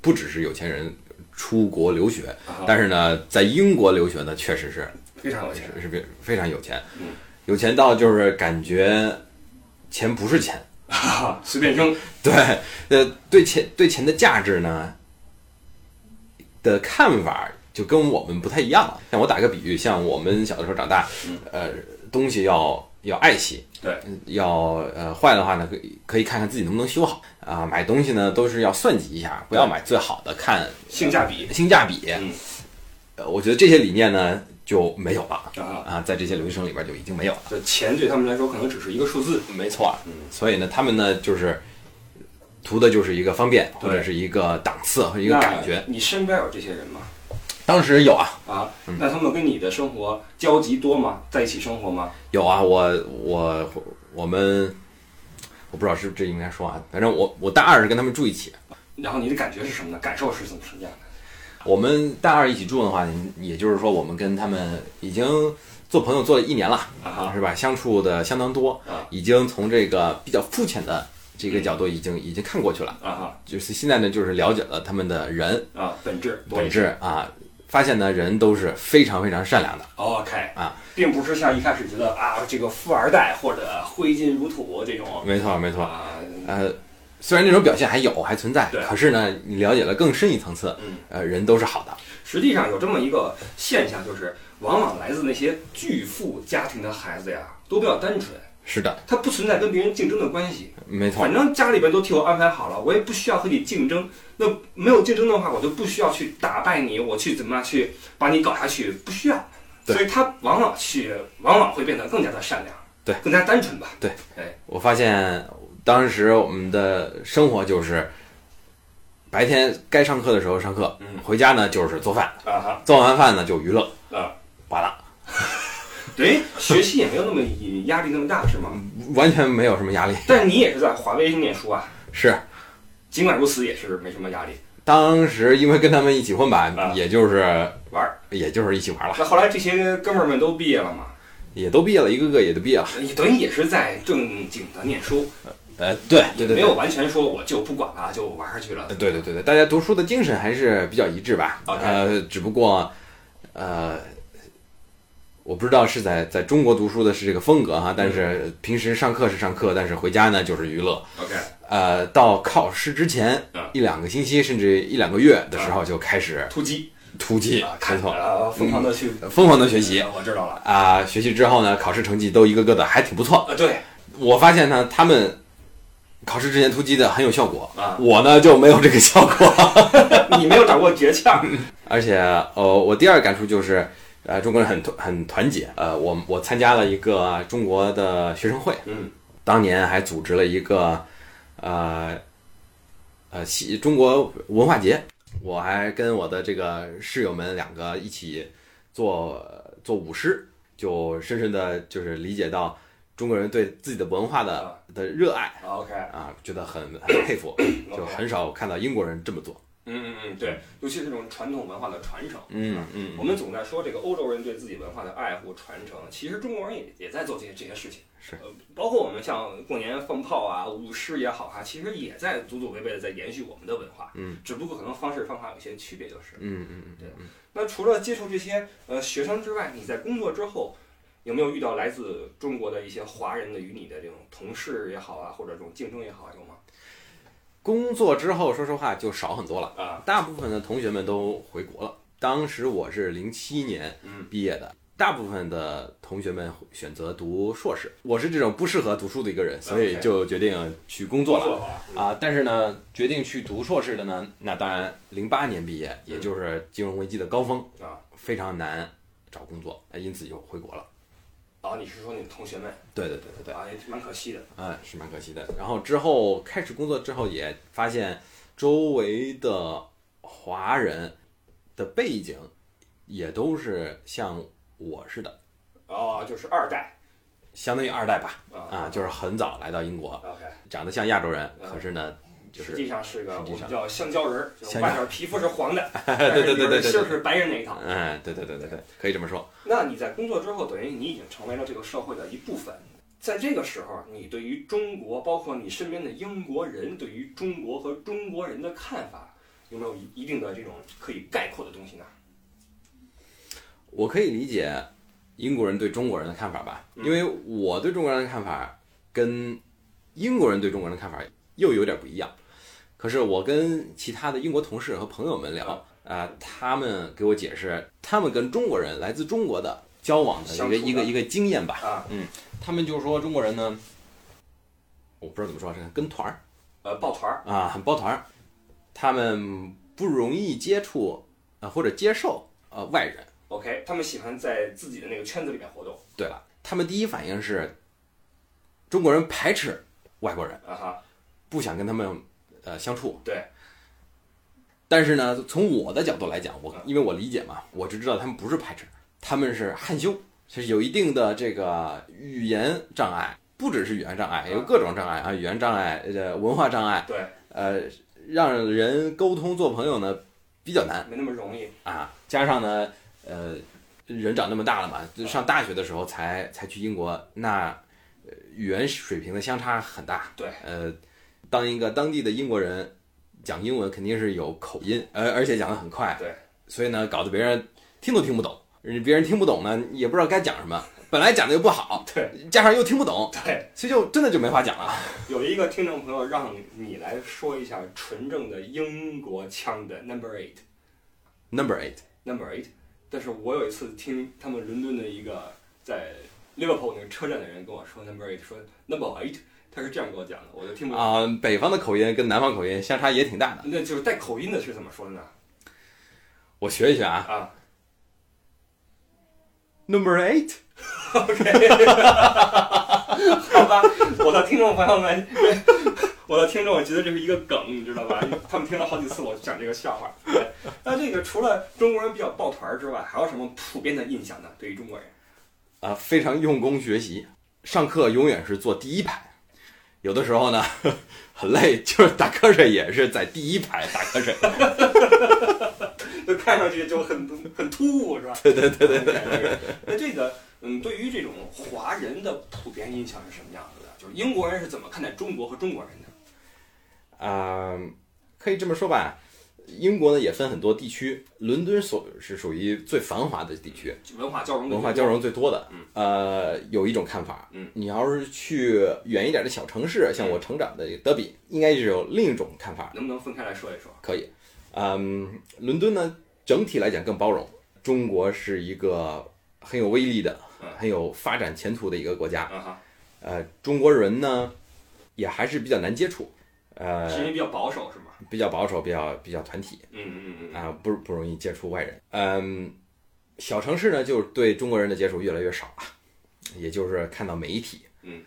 不只是有钱人出国留学，啊但是呢，在英国留学呢，确实是非常有钱。是非非常有钱嗯，有钱到就是感觉钱不是钱。啊， 随便扔对，呃，对钱对钱的价值呢的看法就跟我们不太一样了。像我打个比喻，像我们小的时候长大，呃，东西要要爱惜，对，要呃坏的话呢，可以可以看看自己能不能修好啊、买东西呢都是要算计一下，不要买最好的，看性价比性价比。嗯呃，我觉得这些理念呢就没有了啊，啊，在这些留学生里边就已经没有了。这钱对他们来说可能只是一个数字。没错，嗯所以呢，他们呢就是图的就是一个方便，对或者是一个档次，或者一个感觉。那你身边有这些人吗？当时有啊，啊嗯，那他们跟你的生活交集多吗？在一起生活吗？有啊，我我我们，我不知道是不是这应该说啊，反正我我大二是跟他们住一起，然后你的感觉是什么呢？感受是怎么什么样的？我们大二一起住的话，也就是说我们跟他们已经做朋友做了一年了，啊哈是吧？相处的相当多啊，已经从这个比较肤浅的这个角度已经已经看过去了，啊就是现在呢就是了解了他们的人，哈啊，本质本质啊，发现呢人都是非常非常善良的。 OK 啊，并不是像一开始觉得啊这个富二代或者挥金如土这种没错，没错。啊，呃，虽然这种表现还有还存在对，可是呢，你了解了更深一层次嗯，呃，人都是好的。实际上有这么一个现象，就是往往来自那些巨富家庭的孩子呀，都比较单纯，是的，他不存在跟别人竞争的关系。没错反，正家里边都替我安排好了，我也不需要和你竞争。那没有竞争的话，我就不需要去打败你，我去怎么样去把你搞下去，不需要。对所以他往往去，往往会变得更加的善良，对，更加单纯吧。对，哎，我发现当时我们的生活就是。白天该上课的时候上课，嗯回家呢就是做饭，啊哈，做完饭呢就娱乐，啊，完了，对，学习也没有那么压力那么大，是吗？完全没有什么压力。但你也是在华威念书啊，是，尽管如此也是没什么压力。当时因为跟他们一起混吧，啊也就是玩儿，也就是一起玩了，那后来这些哥们儿们都毕业了嘛，也都毕业了，一个个也都毕业了。等于也是在正经的念书，呃，对对对，对没有完全说我就不管了，就玩儿去了。对对对对，大家读书的精神还是比较一致吧。 OK 呃，只不过，呃，我不知道是在在中国读书的是这个风格嗯哈，但是平时上课是上课，但是回家呢就是娱乐。 OK，呃，到考试之前嗯一两个星期甚至一两个月的时候就开始突击突击，啊，没看错，嗯啊，疯狂的去疯狂的学习啊我知道了啊、学习之后呢，考试成绩都一个个的还挺不错。啊，对我发现呢，他们考试之前突击的很有效果，啊，我呢就没有这个效果。 你没有掌握诀窍，而且，呃，我第二感触就是，呃，中国人很团很团结。呃，我我参加了一个中国的学生会，嗯，当年还组织了一个，呃，呃，西中国文化节。我还跟我的这个室友们两个一起做做舞狮，就深深的就是理解到中国人对自己的文化的的热爱啊 OK，啊，觉得很很佩 服，就 OK 很少看到英国人这么做。嗯嗯嗯，对，尤其是这种传统文化的传承，嗯嗯我们总在说这个欧洲人对自己文化的爱护传承，其实中国人也也在做这些这些事情，是呃，包括我们像过年放炮啊、舞狮也好哈、其实也在祖祖辈辈的在延续我们的文化，嗯，只不过可能方式方法有些区别就是。嗯嗯嗯。那除了接触这些呃学生之外，你在工作之后，有没有遇到来自中国的一些华人的与你的这种同事也好啊，或者这种竞争也好，有吗？工作之后，说实话就少很多了。啊，大部分的同学们都回国了。当时我是零七年嗯毕业的，大部分的同学们选择读硕士。我是这种不适合读书的一个人，所以 OK 就决定去工作了。了啊，嗯啊，但是呢，决定去读硕士的呢，那当然零八年嗯毕业，也就是金融危机的高峰啊，非常难找工作，因此就回国了。啊，你是说你同学们对对对对对，啊，也蛮可惜的。啊，是蛮可惜的。然后之后开始工作之后，也发现周围的华人的背景也都是像我似的，哦，就是二代相当于二代吧，啊啊，就是很早来到英国， ，OK，长得像亚洲人，嗯可是呢，就实是际上是个实我际们上叫香蕉人儿，就是香外蕉面皮肤是黄的， 对对对对对对就，是白人那一套。嗯，对对对对对，可以这么说。那你在工作之后，等于你已经成为了这个社会的一部分。在这个时候，你对于中国，包括你身边的英国人对于中国和中国人的看法，有没有一一定的这种可以概括的东西呢？我可以理解英国人对中国人的看法吧，嗯因为我对中国人的看法跟英国人对中国人的看法又有点不一样。可是我跟其他的英国同事和朋友们聊，啊、他们给我解释，他们跟中国人来自中国的交往的一相个处的一个一个经验吧。啊，他们就说中国人呢，我不知道怎么说，是跟团儿呃，抱团儿啊，很抱团儿，他们不容易接触啊、呃或者接受呃外人。 ，OK，他们喜欢在自己的那个圈子里面活动对了，他们第一反应是中国人排斥外国人，啊哈，不想跟他们呃相处。对。但是呢，从我的角度来讲，我嗯因为我理解嘛，我就知道他们不是排斥，他们是害羞，是有一定的这个语言障碍，不只是语言障碍，有各种障碍啊，语言障碍、呃文化障碍，对，呃，让人沟通做朋友呢比较难。没那么容易 啊，加上呢，呃，人长那么大了嘛，就上大学的时候才才去英国，那呃语言水平的相差很大。对，呃，当一个当地的英国人讲英文，肯定是有口音，而、而且讲得很快。对，所以呢，搞得别人听都听不懂，别人听不懂呢，也不知道该讲什么，本来讲的又不好， 对，加上又听不懂，对。所以就真的就没法讲了。有一个听众朋友让你来说一下纯正的英国腔的 Number Eight Number eight， Number Eight，但是我有一次听他们伦敦的一个在 Liverpool 那个车站的人跟我说 Number Eight，说 Number Eight，他是这样跟我讲的，我就听不懂。啊、北方的口音跟南方口音相差也挺大的。那就是带口音的是怎么说的呢？我学一学啊啊，Number eight。好吧，我的听众朋友们，我的听众，我觉得这是一个梗，你知道吧？他们听了好几次我讲这个笑话。对那这个除了中国人比较抱团儿之外，还有什么普遍的印象呢？对于中国人？啊、非常用功学习，上课永远是坐第一排。有的时候呢， 很累，就是打瞌睡也是在第一排打瞌睡。就 看上去就很很突兀， 是吧？对对对对对。那这个，嗯，对于这种华人的普遍印象是什么样子的？就是英国人是怎么看待中国和中国人的？啊、可以这么说吧。英国呢也分很多地区，伦敦所是属于最繁华的地区，就文化交融的文化交融最多的嗯。呃，有一种看法，嗯你要是去远一点的小城市，像我成长的德比，应该是有另一种看法。能不能分开来说一说？可以。嗯，伦敦呢，整体来讲更包容。中国是一个很有威力的嗯、很有发展前途的一个国家。啊哈，呃，中国人呢，也还是比较难接触，是因呃，为比较保守是吗？比较保守，比较比较团体嗯嗯嗯啊、不不容易接触外人。嗯，小城市呢，就对中国人的接触越来越少了，也就是看到媒体。嗯。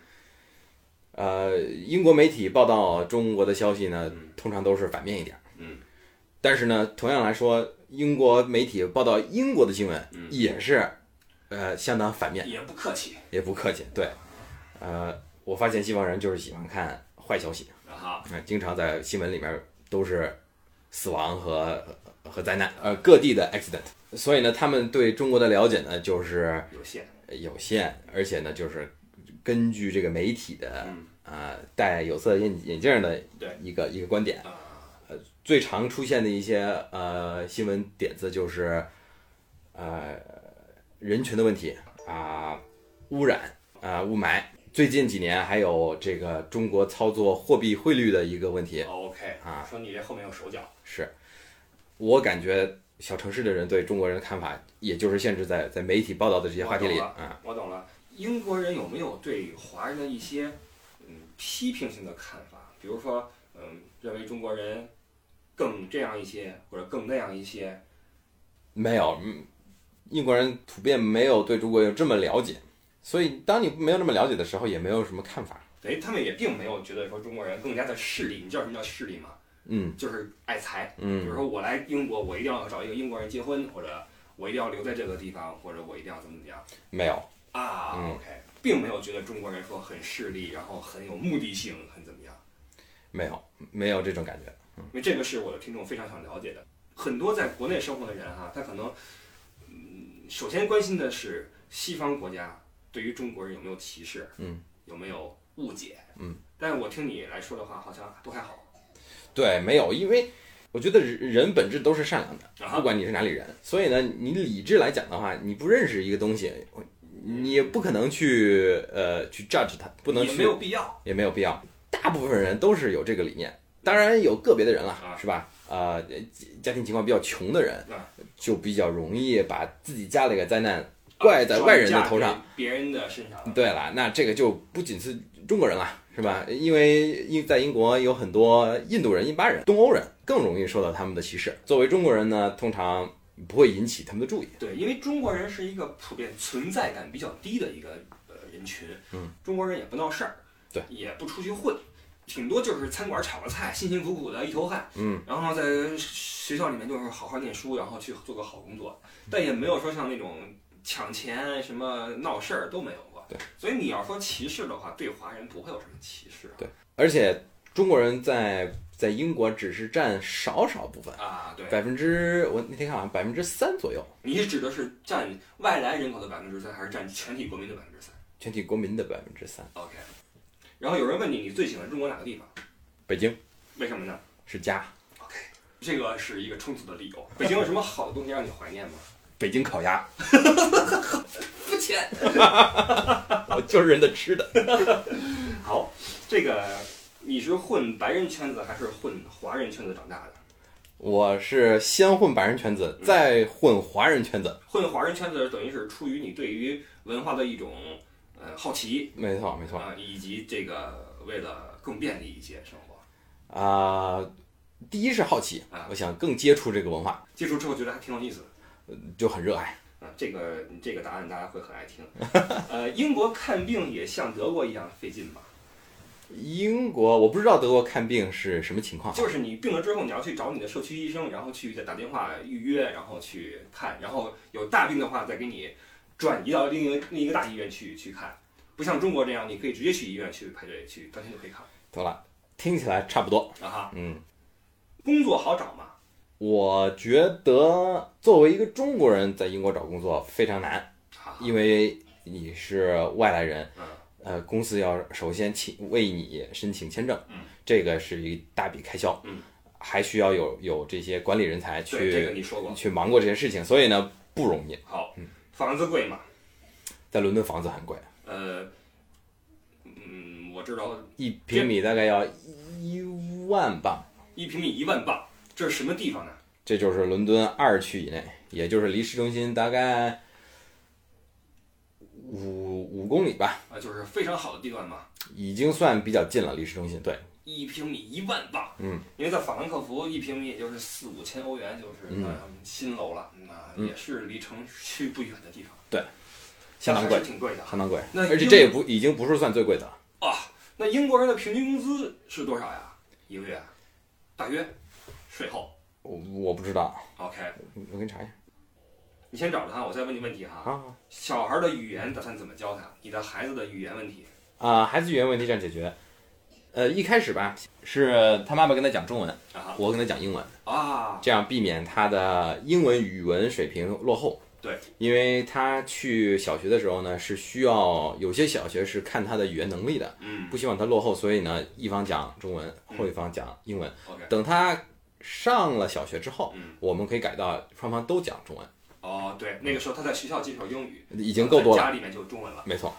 呃，英国媒体报道中国的消息呢嗯，通常都是反面一点。嗯但是呢，同样来说，英国媒体报道英国的新闻嗯也是，呃，相当反面，也不客气也不客气。对，呃，我发现西方人就是喜欢看坏消息，啊哈。啊、经常在新闻里面都是死亡和和灾难，呃，各地的 accident。所以呢，他们对中国的了解呢，就是有限，有限，而且呢，就是根据这个媒体的嗯啊、呃戴有色眼眼镜的对一个一个观点。啊，最常出现的一些呃新闻点子就是，呃，人群的问题啊、污染啊、雾霾。最近几年还有这个中国操作货币汇率的一个问题， OK 啊说你这后面有手脚，是我感觉小城市的人对中国人的看法，也就是限制在在媒体报道的这些话题里我懂啊。我懂了。英国人有没有对华人的一些嗯批评性的看法？比如说，嗯，认为中国人更这样一些，或者更那样一些？没有，嗯，英国人普遍没有对中国有这么了解，所以当你没有那么了解的时候，也没有什么看法。哎，他们也并没有觉得说中国人更加的势利。你知道什么叫势利吗？嗯就是爱财。比如嗯说，我来英国，我一定要找一个英国人结婚，或者我一定要留在这个地方，或者我一定要怎么怎么样没有，啊、嗯 o k 并没有觉得中国人说很势利，然后很有目的性，很怎么样。没有，没有这种感觉。因为这个是我的听众非常想了解的。很多在国内生活的人哈、他可能，嗯，首先关心的是西方国家对于中国人有没有歧视，嗯，有没有误解，嗯。但是我听你来说的话，好像都还好。对，没有，因为我觉得人人本质都是善良的，啊不管你是哪里人。所以呢，你理智来讲的话，你不认识一个东西，你也不可能去呃去 judge 它，不能也去没有必要。也没有必要。大部分人都是有这个理念，当然有个别的人啊了，是吧？呃，家庭情况比较穷的人啊，就比较容易把自己家里的灾难怪在外人的头上。，嗯别人的身上。对了，那这个就不仅是中国人了，是吧？因为英在英国有很多印度人、印巴人、东欧人更容易受到他们的歧视。作为中国人呢，通常不会引起他们的注意。对，因为中国人是一个普遍存在感比较低的一个呃人群，嗯，中国人也不闹事儿，对，也不出去混，顶多就是餐馆炒个菜，辛辛苦苦的一头汗，嗯，然后在学校里面就是好好念书，然后去做个好工作，嗯但也没有说像那种抢钱什么闹事儿都没有过，对，所以你要说歧视的话，对华人不会有什么歧视对而且中国人在在英国只是占少少部分，啊，对，百分之我那天看好啊像百分之三左右，你是指的是占外来人口的百分之三，还是占全体国民的百分之三全体国民的百分之三。 ？OK，然后有人问你，你最喜欢中国哪个地方？北京为什么呢？是家，这个是一个充足的理由。北京有什么好的东西让你怀念吗？北京烤鸭，肤浅。我就是人的吃的。好，这个你是混白人圈子还是混华人圈子长大的？我是先混白人圈子，再混华人圈子。混华人圈子等于是出于你对于文化的一种呃好奇没错，没错。啊、以及这个为了更便利一些生活。啊、第一是好奇啊，我想更接触这个文化，接触之后觉得还挺有意思的。就很热爱。啊，这个这个答案大家会很爱听。呃，英国看病也像德国一样费劲吧？英国我不知道德国看病是什么情况，啊就是你病了之后，你要去找你的社区医生，然后去再打电话预约，然后去看，然后有大病的话再给你转移到另一个另一个大医院去去看。不像中国这样，你可以直接去医院去排队去，当天就可以看懂了？听起来差不多。啊哈。嗯，工作好找嘛？我觉得作为一个中国人在英国找工作非常难，啊哈，因为你是外来人嗯，呃，公司要首先请为你申请签证嗯，这个是一大笔开销嗯，还需要有有这些管理人才对这个去你说过。去嗯忙过这些事情，所以呢不容易。好，房子贵嘛？在伦敦房子很贵，呃，嗯，我知道一平米大概要一万镑，一平米一万镑，这是什么地方呢？这就是伦敦二区以内，也就是离市中心大概五五公里吧，啊，就是非常好的地段嘛。已经算比较近了，离市中心。对，一平米一万镑，嗯，因为在法兰克福一平米也就是四五千欧元，就是嗯那新楼了，那也是离城区不远的地方，相当还是贵，挺贵的哈相当贵。那而且英这也不已经不是算最贵的了，啊。那英国人的平均工资是多少呀？一个月？大约？税后我我不知道， ？OK，我给你查一下。你先找着他，我再问你问题哈。好小孩的语言打算怎么教他？你的孩子的语言问题，啊、孩子语言问题这样解决。呃，一开始吧，是他妈妈跟他讲中文，啊我跟他讲英文。啊，这样避免他的英文语文水平落后。对，因为他去小学的时候呢，是需要有些小学是看他的语言能力的，嗯不希望他落后，所以呢，一方讲中文，嗯后一方讲英文。 ，OK，等他上了小学之后，嗯我们可以改到双方都讲中文。哦，对，那个时候他在学校接受英语，已经够多在了。家里面就有中文了。没错，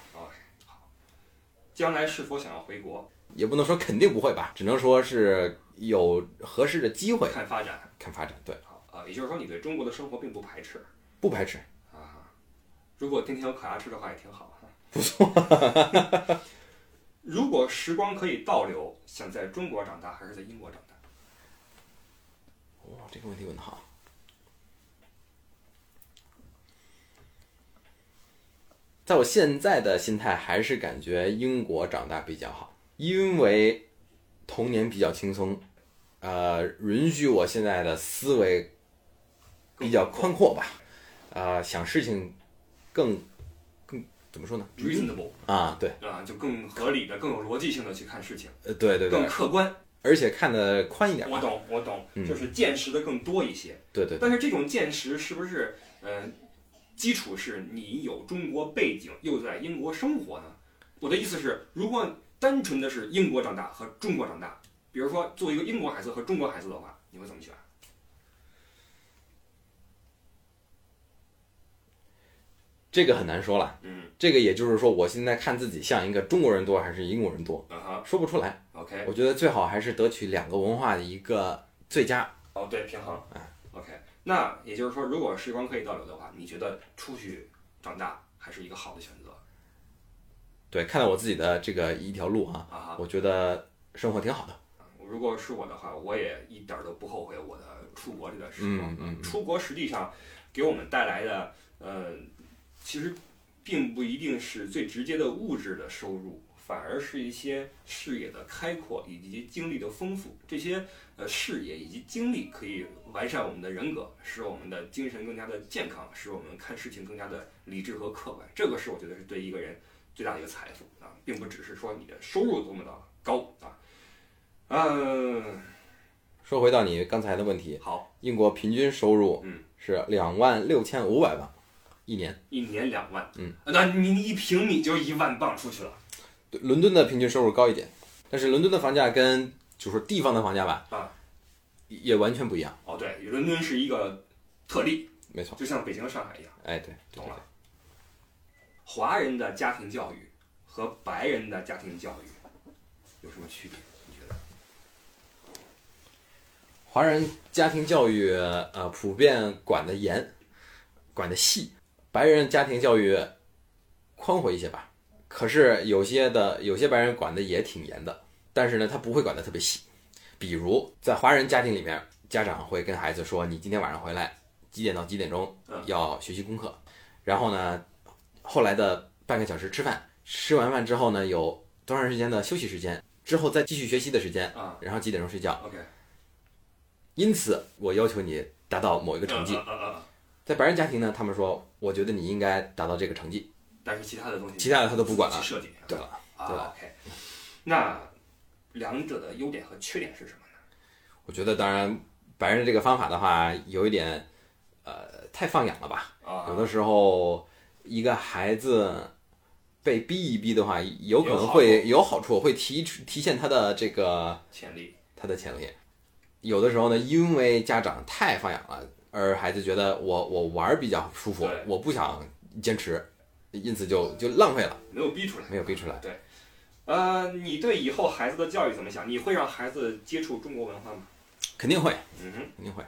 将来是否想要回国也不能说肯定不会吧，只能说是有合适的机会看发展？看发展。对，好啊，也就是说你对中国的生活并不排斥不排斥。啊。如果天天有烤鸭吃的话，也挺好。不错。如果时光可以倒流，想在中国长大还是在英国长大？哇、哦这个问题问得好。在我现在的心态，还是感觉英国长大比较好，因为童年比较轻松，呃，允许我现在的思维比较宽阔吧，呃，想事情更更怎么说呢？ ，reasonable 啊，对，啊，就更合理的、更有逻辑性的去看事情，呃，对对更对，客观。而且看得宽一点我吧，懂，我懂，嗯就是见识的更多一些。对对，但是这种见识是不是，呃，基础是你有中国背景，又在英国生活呢？我的意思是，如果单纯的是英国长大和中国长大，比如说作为一个英国孩子和中国孩子的话，你会怎么选？这个很难说了，嗯，这个也就是说，我现在看自己像一个中国人多还是英国人多，啊哈说不出来。 ，OK，我觉得最好还是得取两个文化的一个最佳。哦，对，平衡，OK。那也就是说，如果时光可以倒流的话，你觉得出去长大还是一个好的选择对，看到我自己的这个一条路啊，啊哈？我觉得生活挺好的。如果是我的话，我也一点儿都不后悔我的出国这段时光。嗯嗯嗯出国实际上给我们带来的，呃，其实并不一定是最直接的物质的收入，反而是一些视野的开阔以及经历的丰富。这些呃视野以及经历可以完善我们的人格，使我们的精神更加的健康，使我们看事情更加的理智和客观。这个是我觉得是对一个人最大的一个财富啊，并不只是说你的收入多么的高啊。嗯，说回到你刚才的问题，好，英国平均收入嗯是两万六千五百万一年，一年两万，嗯，那你你一平米就一万镑出去了对，伦敦的平均收入高一点，但是伦敦的房价跟就说地方的房价吧，啊，也完全不一样。哦，对，伦敦是一个特例，没错，就像北京、上海一样，哎，对，对懂对了。华人的家庭教育和白人的家庭教育有什么区别？你觉得？华人家庭教育呃普遍管得严，管得细；白人家庭教育宽活一些吧。可是有些的有些白人管得也挺严的，但是呢，他不会管得特别细。比如在华人家庭里面，家长会跟孩子说：“你今天晚上回来几点到几点钟嗯要学习功课。”然后呢，后来的半个小时吃饭，吃完饭之后呢，有多长时间的休息时间，之后再继续学习的时间，啊然后几点钟睡觉。 ，OK，因此我要求你达到某一个成绩。嗯嗯嗯嗯在白人家庭呢，他们说，我觉得你应该达到这个成绩，但是其他的东西，其他的他都不管了去。设计，对了，对啊了，OK，那两者的优点和缺点是什么呢？我觉得当然，白人这个方法的话，有一点，呃，太放养了吧。啊，有的时候，一个孩子被逼一逼的话，有可有能好会有好处，会提出提现他的这个潜力，他的潜力。有的时候呢，因为家长太放养了，而孩子觉得我我玩儿比较舒服对，我不想坚持，因此就就浪费了。没有逼出来，没有逼出来。呃，你对以后孩子的教育怎么想？你会让孩子接触中国文化吗？肯定会，嗯哼，肯定会。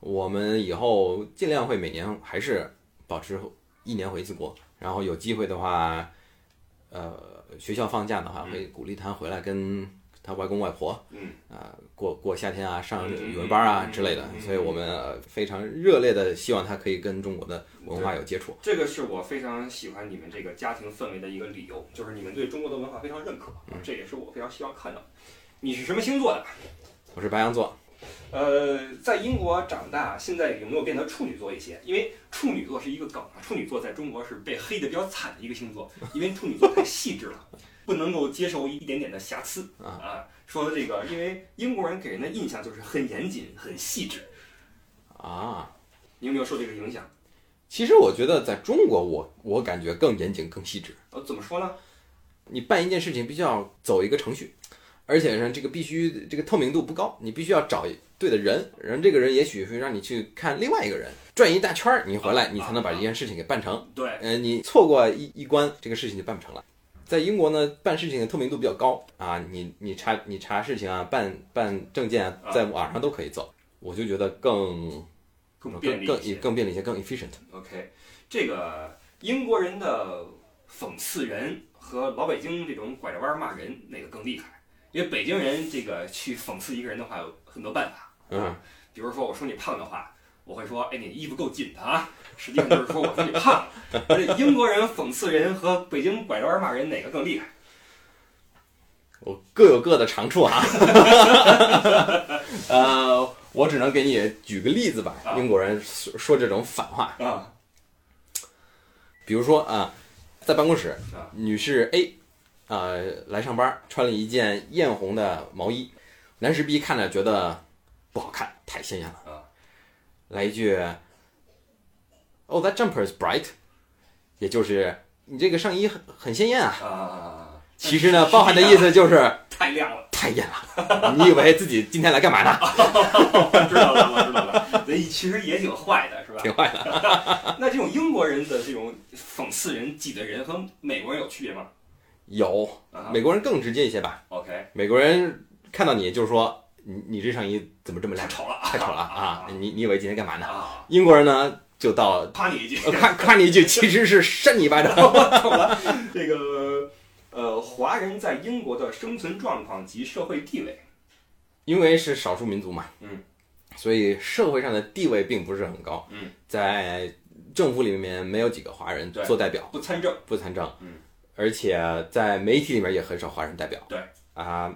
我们以后尽量会每年还是保持一年回一次国，然后有机会的话，呃，学校放假的话嗯会鼓励他回来跟他外公外婆，嗯啊、过过夏天啊，上嗯语文班啊嗯之类的嗯。所以我们呃非常热烈的希望他可以跟中国的文化有接触。这个是我非常喜欢你们这个家庭氛围的一个理由，就是你们对中国的文化非常认可，这也是我非常希望看到的。你是什么星座的？我是白羊座，呃，在英国长大，现在有没有变得处女座一些？因为处女座是一个梗啊，处女座在中国是被黑的比较惨的一个星 座，因为处女座太细致了，不能够接受一点点的瑕疵啊啊。说这个，因为英国人给人的印象就是很严谨、很细致，嗯啊。你有没有受这个影响？其实我觉得在中国我，我感觉更严谨、更细致。呃，怎么说呢？你办一件事情必须要走一个程序，而且呢，这个必须这个透明度不高，你必须要找对的人，然后这个人也许会让你去看另外一个人，转一大圈儿，你回啊来你才能把这件事情给办成。对，呃，你错过一一关，这个事情就办不成了。在英国呢，办事情的透明度比较高啊，你你查你查事情啊，办办证件啊，啊在网上都可以走，我就觉得更更便利一更些。更便利一些，更 efficient。 OK，这个英国人的讽刺人和老北京这种拐着弯儿骂人哪个更厉害？因为北京人这个去讽刺一个人的话有很多办法，嗯，比如说我说你胖的话，我会说哎你衣服够紧的啊，实际上就是说我说你胖。而且英国人讽刺人和北京拐着弯儿骂人哪个更厉害？我各有各的长处啊。 呃，我只能给你举个例子吧，啊英国人说说这种反话，啊比如说啊、在办公室啊，女士 A 呃来上班，穿了一件艳红的毛衣，男士 B 看了觉得不好看，太鲜艳了啊，来一句，Oh that jumper is bright，也就是你这个上衣很很鲜艳啊。啊，其实呢，包含的意思就是太亮了，太艳了，你以为自己今天来干嘛呢？我 知道了，我知道了。那其实也挺坏的，是吧？挺坏的。 那这种英国人的这种讽刺人、挤的人和美国人有区别吗？有啊美国人更直接一些吧， ，OK，美国人看到你就是说你你这上衣怎么这么太烂，丑了，太丑了啊！你你以为今天干嘛呢？啊，英国人呢就到夸你一句，呃看看你一句，其实是扇你一巴掌。这个呃，华人在英国的生存状况及社会地位，因为是少数民族嘛，嗯，所以社会上的地位并不是很高，嗯，在政府里面没有几个华人对做代表，不参政，不参政，嗯，而且在媒体里面也很少华人代表，对啊，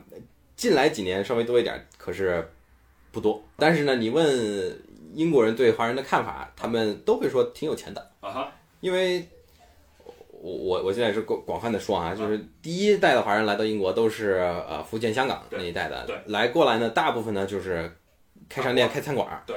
近来几年稍微多一点，可是不多。但是呢，你问英国人对华人的看法，他们都会说挺有钱的，啊哈，因为我我我现在是广广泛的说嗯啊，就是第一代的华人来到英国都是呃福建、香港对那一代的，对来过来呢，大部分呢就是开商店、开餐馆，对。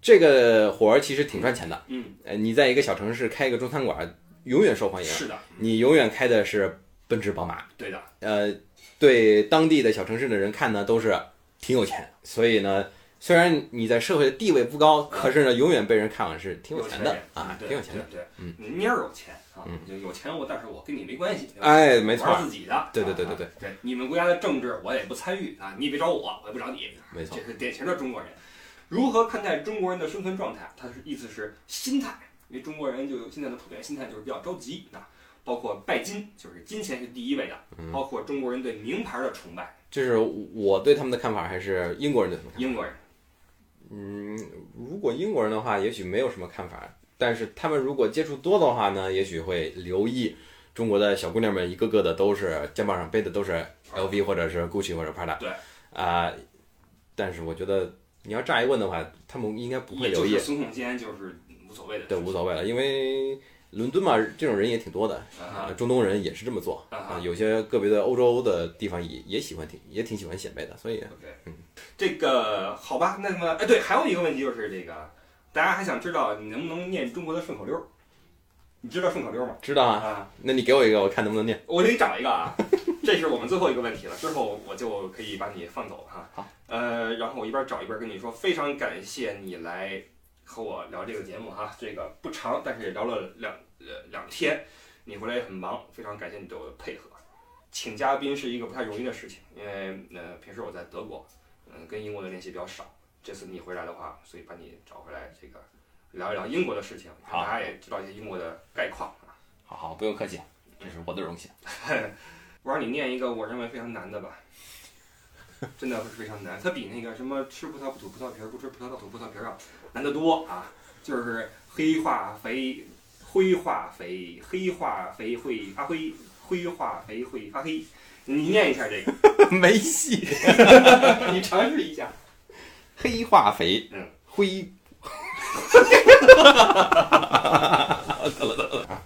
这个活儿其实挺赚钱的，嗯，呃，你在一个小城市开一个中餐馆，永远受欢迎，是的，嗯你永远开的是奔驰、宝马，对的，呃，对当地的小城市的人看呢，都是挺有钱，所以呢，虽然你在社会的地位不高，可是呢，永远被人看往是挺有钱的人啊，对挺有钱的。，对，对嗯你蔫儿有钱啊嗯，就有钱我，但是我跟你没关系，对吧哎，没错玩儿，自己的，对对对啊对对，对，你们国家的政治我也不参与啊，你也别找我，我也不找你，没错这。是典型的中国人。如何看待中国人的生存状态？他是意思是心态，因为中国人就有现在的普遍心态就是比较着急啊，包括拜金，就是金钱是第一位的，嗯包括中国人对名牌的崇拜。这是我对他们的看法，还是英国人对他们的看法？英国人嗯，如果英国人的话，也许没有什么看法，但是他们如果接触多的话呢，也许会留意中国的小姑娘们一个个的都是肩膀上背的都是 LV 或者是 Gucci 或者 Prada。对啊、但是我觉得你要乍一问的话，他们应该不会也就留意是，耸耸肩，就是无所谓的，对，无所谓了，因为伦敦嘛，这种人也挺多的，啊啊，中东人也是这么做啊啊，有些个别的欧洲的地方也也喜欢挺也挺喜欢显摆的，所以 OK，嗯这个好吧，那么哎对，还有一个问题就是这个，大家还想知道你能不能念中国的顺口溜儿？你知道顺口溜儿吗？知道啊。啊，那你给我一个，我看能不能念。我给你找一个啊，这是我们最后一个问题了，之后我就可以把你放走哈。好，呃，然后我一边找一边跟你说，非常感谢你来和我聊这个节目哈，这个不长，但是也聊了两呃两天，你回来也很忙，非常感谢你对我的配合。请嘉宾是一个不太容易的事情，因为呃平时我在德国，嗯、跟英国的联系比较少，这次你回来的话，所以把你找回来，这个聊一聊英国的事情，好让大家也知道一些英国的概况啊。好好，不用客气，这是我的荣幸。我让你念一个我认为非常难的吧，真的是非常难，它比那个什么吃葡萄不吐葡萄皮儿，不吃葡萄倒吐葡萄皮儿啊难得多啊！就是黑化肥、灰化肥、黑化肥会发灰，灰化肥会发黑。你念一下这个， 没戏， 你尝试一下。黑化肥，嗯，灰。 啊得了得了，啊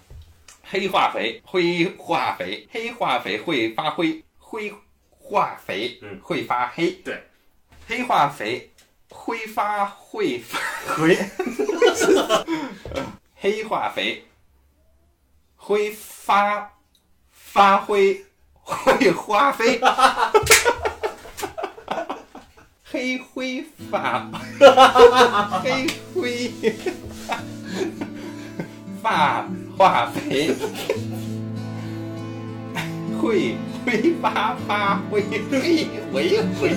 黑化肥，灰化肥，黑化肥会发灰，灰化肥嗯会发黑，对，黑化肥挥发会发 灰，黑化肥挥发发灰会花飞。黑灰发，黑灰发化肥，会挥发发灰黑维回。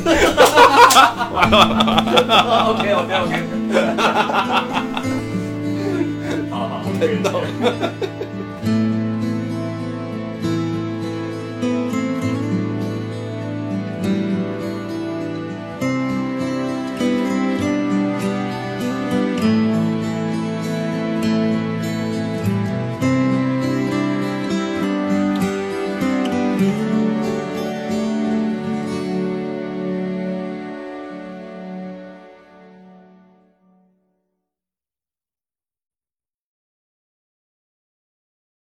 OK OK OK，好好，真逗。